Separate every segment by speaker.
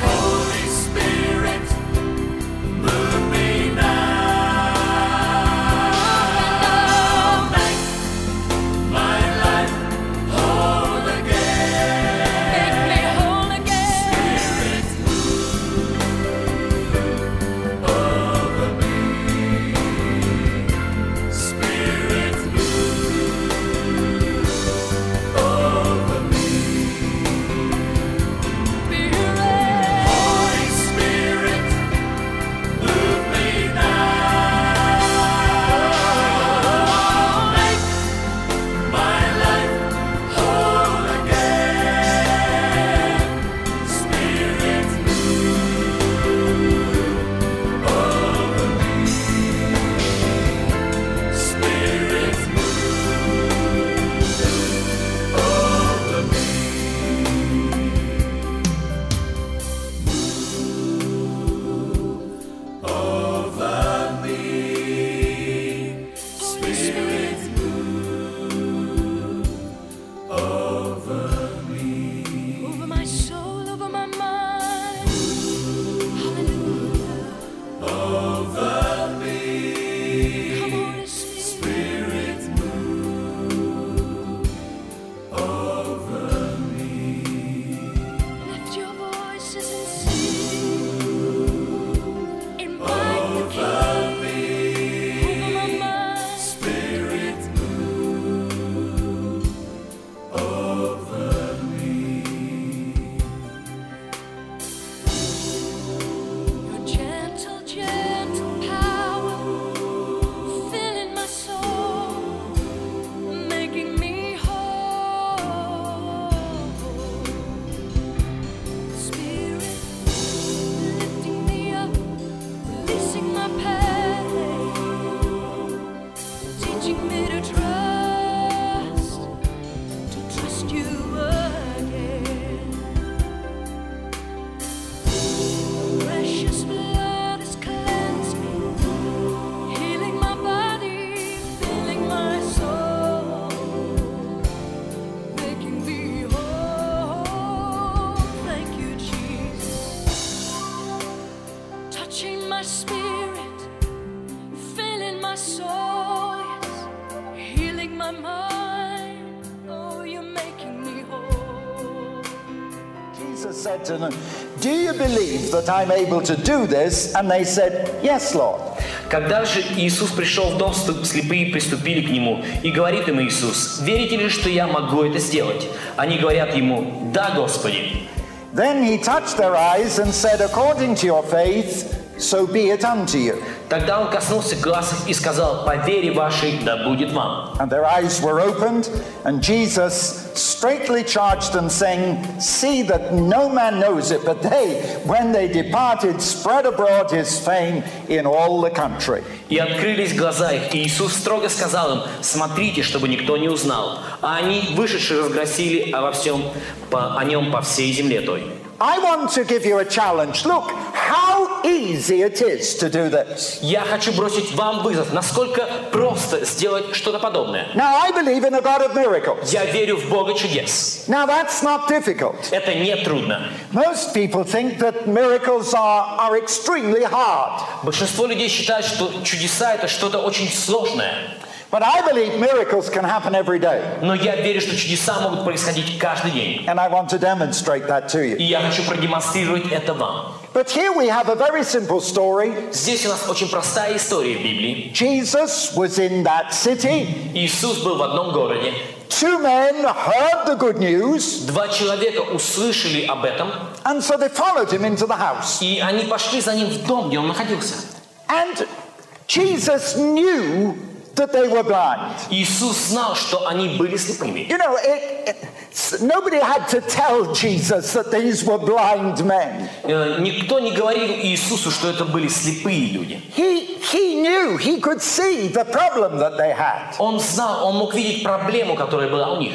Speaker 1: Holy Spirit, move me now. Make my life whole again.
Speaker 2: Make me whole again.
Speaker 1: Spirit, move over me. Spirit, move over me.
Speaker 2: Spirit,
Speaker 1: Holy Spirit, move me now. Make my life whole again. Spirit, move over me. Spirit, move over me. over me. Spirit,
Speaker 2: over my soul, over my mind. Hallelujah. Over me. Come, Holy Spirit. Lift your voices and sing. Invite the King. Over my mind.
Speaker 1: Spirit,
Speaker 2: Your gentle, gentle power filling my soul, making me whole. Spirit lifting me up, releasing my pain, teaching me to trust, to trust you again. Precious blood has cleansed me, healing my body, filling my soul, making me whole. Thank you, Jesus. Touching my spirit, filling my soul, yes, healing my mind. Oh, you're making me whole.
Speaker 3: Jesus said to them, Do you believe that I'm able to do this? And they said, Yes, Lord.
Speaker 4: Когда же Иисус пришел в дом, ст- слепые приступили к Нему, и говорит им Иисус, «Верите ли, что я могу это сделать?» Они говорят Ему, «Да, Господи».
Speaker 3: Then he touched their eyes and said, According to your faith, so be it unto you.
Speaker 4: Тогда Он коснулся глаз их и сказал, «По вере вашей да будет вам».
Speaker 3: And their eyes were opened, and Jesus straightly charged them, saying, See that no man knows it, but they, when they departed, spread abroad his fame in all the country.
Speaker 4: И открылись глаза их, и Иисус строго сказал им, «Смотрите, чтобы никто не узнал». А они, вышедшие, разгласили обо всем, по- о нем по всей земле той.
Speaker 3: I want to give you a challenge. Look how easy it is to do this.
Speaker 4: Я хочу бросить вам вызов, насколько просто сделать что-то подобное.
Speaker 3: Now, I believe in a God of miracles.
Speaker 4: Я верю в Бога чудес.
Speaker 3: Now that's not difficult.
Speaker 4: Это не трудно.
Speaker 3: Most people think that miracles are, are extremely hard.
Speaker 4: Большинство людей считают, что чудеса это что-то очень сложное.
Speaker 3: But I believe miracles can happen every day.
Speaker 4: Но я верю, что чудеса могут происходить каждый день.
Speaker 3: And I want to demonstrate that to
Speaker 4: И
Speaker 3: you.
Speaker 4: я хочу продемонстрировать это вам.
Speaker 3: But here we have a very simple story.
Speaker 4: Здесь у нас очень простая история в Библии.
Speaker 3: Jesus was in that city.
Speaker 4: Иисус был в одном городе.
Speaker 3: Two men heard the good news,
Speaker 4: Два человека услышали об этом,
Speaker 3: and so they followed him into the house.
Speaker 4: и они пошли за ним в дом, где он находился.
Speaker 3: And Jesus knew that they were blind.
Speaker 4: Иисус знал, что они были слепыми.
Speaker 3: You know, it, it's- nobody had to tell Jesus that these were blind men.
Speaker 4: Э, Никто не говорил Иисусу, что это были слепые люди.
Speaker 3: He, he knew, he could see the problem that they had.
Speaker 4: Он знал, он мог видеть проблему, которая была у них.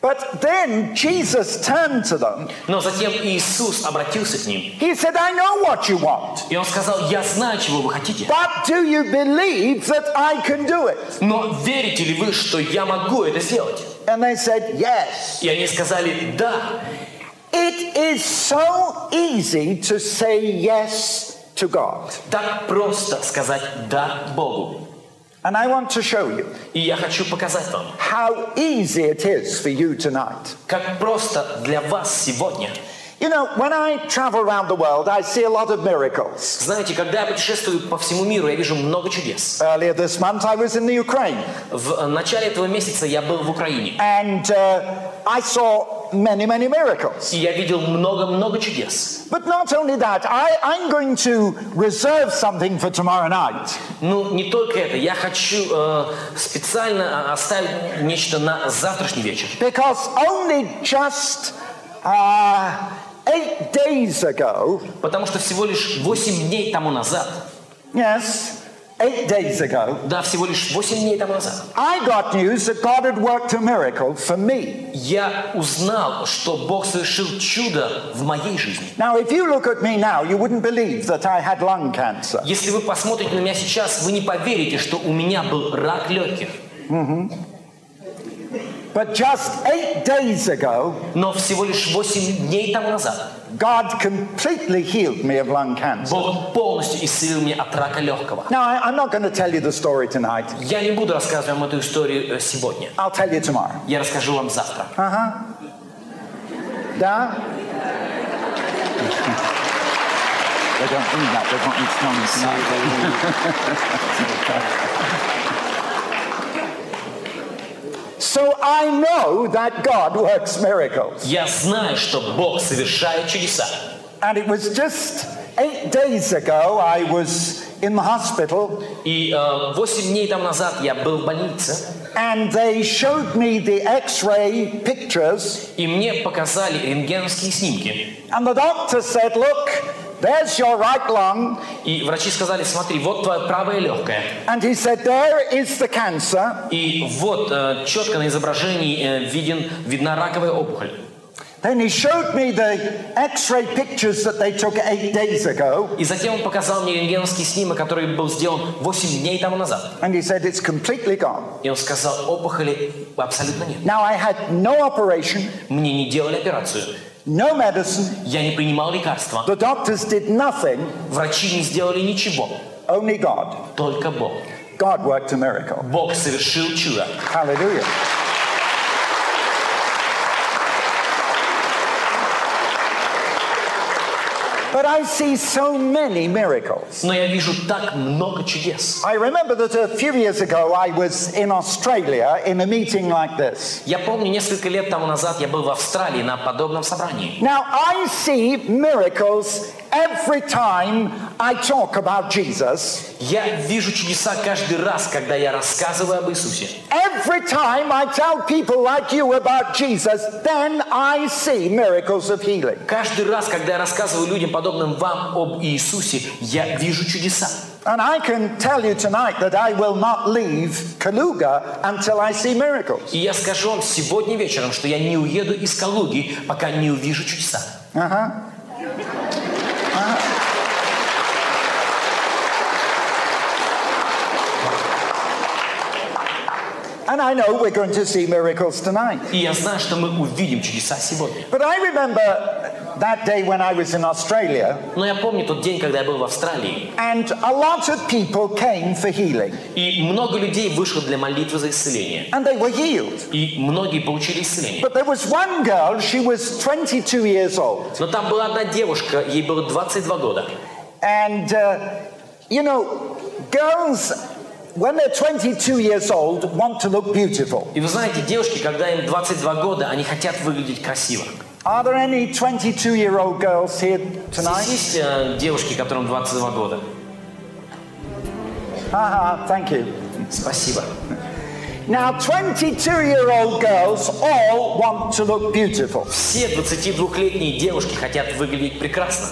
Speaker 3: But then Jesus turned to them.
Speaker 4: Но затем Иисус обратился к ним,
Speaker 3: He said, I know what you want,
Speaker 4: и Он сказал, «Я знаю, чего вы хотите,
Speaker 3: but do you believe that I can do it?
Speaker 4: но верите ли вы, что я могу это сделать?»
Speaker 3: And they said, Yes.
Speaker 4: И они сказали, «Да».
Speaker 3: It is so easy to say yes to God.
Speaker 4: Так просто сказать «да» Богу.
Speaker 3: And I want to show you
Speaker 4: И я хочу показать вам,
Speaker 3: how easy it is for you tonight.
Speaker 4: как просто для вас сегодня.
Speaker 3: You know, when I travel around the world, I see a lot of miracles.
Speaker 4: Знаете, когда я путешествую по всему миру, я вижу много чудес.
Speaker 3: Earlier this month, I was in the Ukraine
Speaker 4: В начале этого месяца я был в Украине,
Speaker 3: and uh, I saw many, many miracles.
Speaker 4: и я видел много-много чудес.
Speaker 3: But not only that, I, I'm going to reserve something for tomorrow night.
Speaker 4: Ну, не только это. Я хочу э, специально э, оставить нечто на завтрашний вечер.
Speaker 3: Because only just uh, eight days ago,
Speaker 4: Потому что всего лишь 8 дней тому назад,
Speaker 3: yes, eight days ago,
Speaker 4: да, всего лишь 8 дней тому назад,
Speaker 3: I got news that God had worked a miracle for me.
Speaker 4: я узнал, что Бог совершил чудо в моей жизни.
Speaker 3: Now, if you look at me now, you wouldn't believe that I had lung cancer.
Speaker 4: Если вы посмотрите на меня сейчас, вы не поверите, что у меня был рак легких.
Speaker 3: But just eight days ago,
Speaker 4: Но всего лишь 8 дней тому назад
Speaker 3: God completely healed me of lung cancer.
Speaker 4: Бог полностью исцелил меня от рака легкого.
Speaker 3: Now, I, I'm not going to tell you the story tonight.
Speaker 4: Я не буду рассказывать вам эту историю э, сегодня.
Speaker 3: I'll tell you tomorrow.
Speaker 4: Я расскажу вам завтра.
Speaker 3: Да? They don't need that. They don't need songs. So I know that God works miracles.
Speaker 4: Я знаю, что Бог совершает чудеса.
Speaker 3: And it was just eight days ago I was in the hospital
Speaker 4: И э, 8 дней тому назад я был в больнице,
Speaker 3: and they showed me the x-ray pictures
Speaker 4: и мне показали рентгеновские снимки.
Speaker 3: and the doctor said, look, there's your right lung.
Speaker 4: И врачи сказали, смотри, вот твое правое легкое.
Speaker 3: And he said, there is the cancer.
Speaker 4: И вот э, четко на изображении э, виден, видна раковая опухоль.
Speaker 3: Then he showed me the x ray pictures that they took eight days ago,
Speaker 4: И затем он показал мне рентгеновский снимок, который был сделан 8 дней тому назад.
Speaker 3: and he said, It's completely gone.
Speaker 4: И он сказал, опухоли абсолютно нет.
Speaker 3: Now, I had no operation,
Speaker 4: Мне не делали операцию.
Speaker 3: no medicine,
Speaker 4: Я не принимал лекарства.
Speaker 3: the doctors did nothing,
Speaker 4: Врачи не сделали ничего.
Speaker 3: only God.
Speaker 4: Только Бог.
Speaker 3: God worked a miracle.
Speaker 4: Бог совершил чудо.
Speaker 3: Hallelujah. But I see so many miracles.
Speaker 4: Но я вижу так много чудес.
Speaker 3: I remember that a few years ago I was in Australia in a meeting like this.
Speaker 4: Я помню, несколько лет тому назад я был в Австралии на подобном собрании.
Speaker 3: Now, I see miracles every time I talk about Jesus,
Speaker 4: Я вижу чудеса каждый раз, когда я рассказываю об Иисусе.
Speaker 3: every time I tell people like you about Jesus, then I see miracles of healing.
Speaker 4: Каждый раз, когда я рассказываю людям, подобным вам, об Иисусе, я вижу чудеса.
Speaker 3: And I can tell you tonight that I will not leave Kaluga until I see miracles.
Speaker 4: И я скажу вам сегодня вечером, что я не уеду из Калуги, пока не увижу чудеса.
Speaker 3: Uh huh. Uh-huh. And I know we're going to see miracles tonight.
Speaker 4: И я знаю, что мы увидим чудеса сегодня.
Speaker 3: But I remember that day when I was in Australia,
Speaker 4: Но я помню тот день, когда я был в Австралии,
Speaker 3: and a lot of people came for healing,
Speaker 4: и много людей вышло для молитвы за исцеление.
Speaker 3: and they were healed.
Speaker 4: И многие получили исцеление.
Speaker 3: But there was one girl, she was 22 years old,
Speaker 4: Но там была одна девушка, ей было 22 года.
Speaker 3: and uh, you know, girls, when they're 22 years old, want to look beautiful.
Speaker 4: И вы знаете, девушки, когда им 22 года, они хотят выглядеть красиво.
Speaker 3: Are there any 22 year old girls here
Speaker 4: Здесь
Speaker 3: tonight?
Speaker 4: есть э, девушки, которым 22 года?
Speaker 3: Haha, thank you.
Speaker 4: Спасибо.
Speaker 3: Now, 22 year old girls all want to look beautiful,
Speaker 4: Все 22-летние девушки хотят выглядеть прекрасно.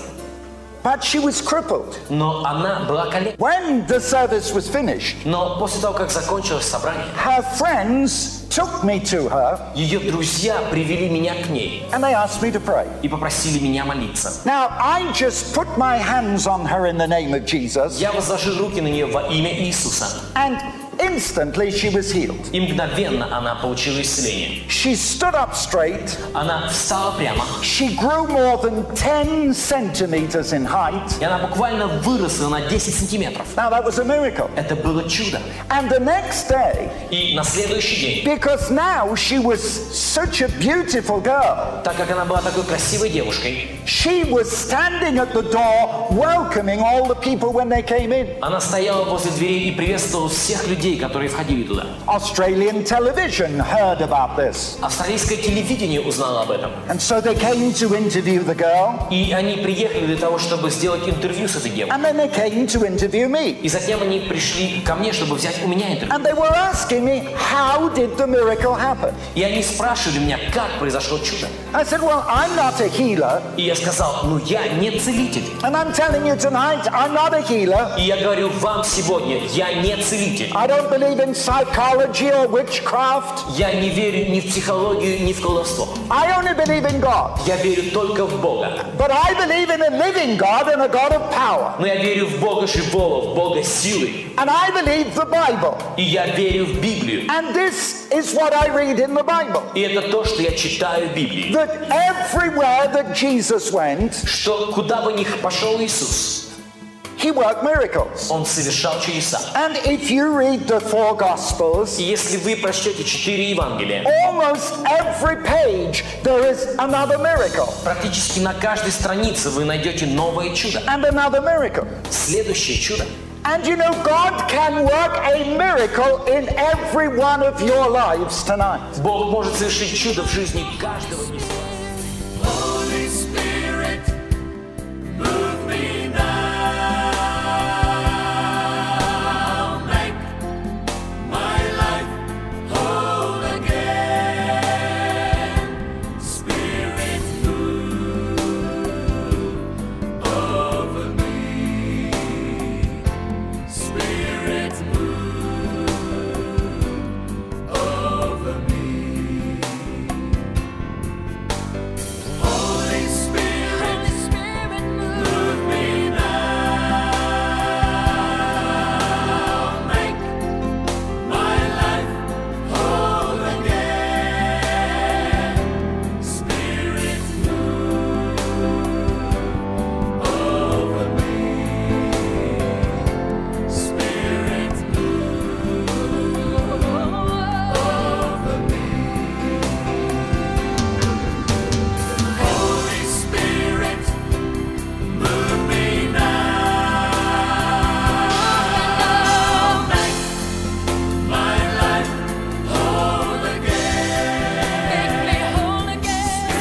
Speaker 3: but she was crippled.
Speaker 4: Но она была коллега.
Speaker 3: When the service was finished,
Speaker 4: Но после того, как закончилось собрание,
Speaker 3: her friends took me to her
Speaker 4: ее друзья привели меня к ней
Speaker 3: and they asked me to pray.
Speaker 4: и попросили меня молиться.
Speaker 3: Now, I just put my hands on her in the name of Jesus,
Speaker 4: Я возложил руки на нее во имя Иисуса.
Speaker 3: and instantly she was healed.
Speaker 4: И мгновенно она получила исцеление.
Speaker 3: She stood up straight.
Speaker 4: Она встала прямо,
Speaker 3: She grew more than 10 centimeters in height.
Speaker 4: и она буквально выросла на 10 сантиметров.
Speaker 3: Now, that was a miracle.
Speaker 4: Это было чудо.
Speaker 3: And the next day,
Speaker 4: И на следующий день,
Speaker 3: because now she was such a beautiful girl,
Speaker 4: так как она была такой красивой девушкой,
Speaker 3: she was standing at the door welcoming all the people when they came in.
Speaker 4: она стояла возле дверей и приветствовала всех людей, которые входили туда.
Speaker 3: Australian television heard about this.
Speaker 4: Австралийское телевидение узнало об этом.
Speaker 3: And so they came to interview the girl,
Speaker 4: И они приехали для того, чтобы сделать интервью с этой девушкой.
Speaker 3: and then they came to interview me.
Speaker 4: И затем они пришли ко мне, чтобы взять у меня интервью.
Speaker 3: And they were asking me, how did the miracle happen?
Speaker 4: И они спрашивали меня, как произошло чудо.
Speaker 3: I said, well, I'm not a healer.
Speaker 4: И я сказал, ну я не целитель.
Speaker 3: And I'm telling you tonight, I'm not a healer.
Speaker 4: И я говорю вам сегодня, я не целитель.
Speaker 3: I don't believe in psychology or witchcraft.
Speaker 4: Я не верю ни в психологию, ни в колдовство.
Speaker 3: I only believe in God.
Speaker 4: Я верю только в Бога.
Speaker 3: But I believe in a living God and a God of power.
Speaker 4: Но я верю в Бога живого, в Бога силы.
Speaker 3: And I believe the Bible.
Speaker 4: И я верю в Библию.
Speaker 3: And this is what I read in the Bible.
Speaker 4: И это то, что я читаю в Библии.
Speaker 3: That everywhere that Jesus went,
Speaker 4: Что куда бы ни пошел Иисус,
Speaker 3: he worked miracles.
Speaker 4: Он совершал чудеса.
Speaker 3: And if you read the four Gospels,
Speaker 4: И если вы прочтете четыре Евангелия,
Speaker 3: almost every page there is another miracle.
Speaker 4: практически на каждой странице вы найдете новое чудо.
Speaker 3: and another miracle.
Speaker 4: Следующее чудо.
Speaker 3: And you know, God can work a miracle in every one of your lives tonight.
Speaker 4: Бог может совершить чудо в жизни каждого из вас.
Speaker 1: Holy Spirit, move me now. Make my life whole again. Spirit, move over me. Spirit, move over me. Holy Spirit,
Speaker 2: Let the Spirit move.
Speaker 1: move me now. Make my life whole again. Spirit, move over me. Spirit, move over me. Holy Spirit, move me now. Make my life whole again.
Speaker 2: Make me whole again.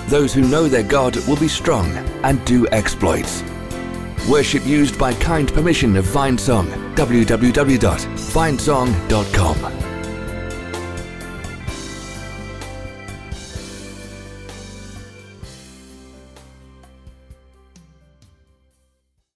Speaker 5: those who know their God will be strong and do exploits. Worship used by kind permission of Vine Song. www.vinesong.com.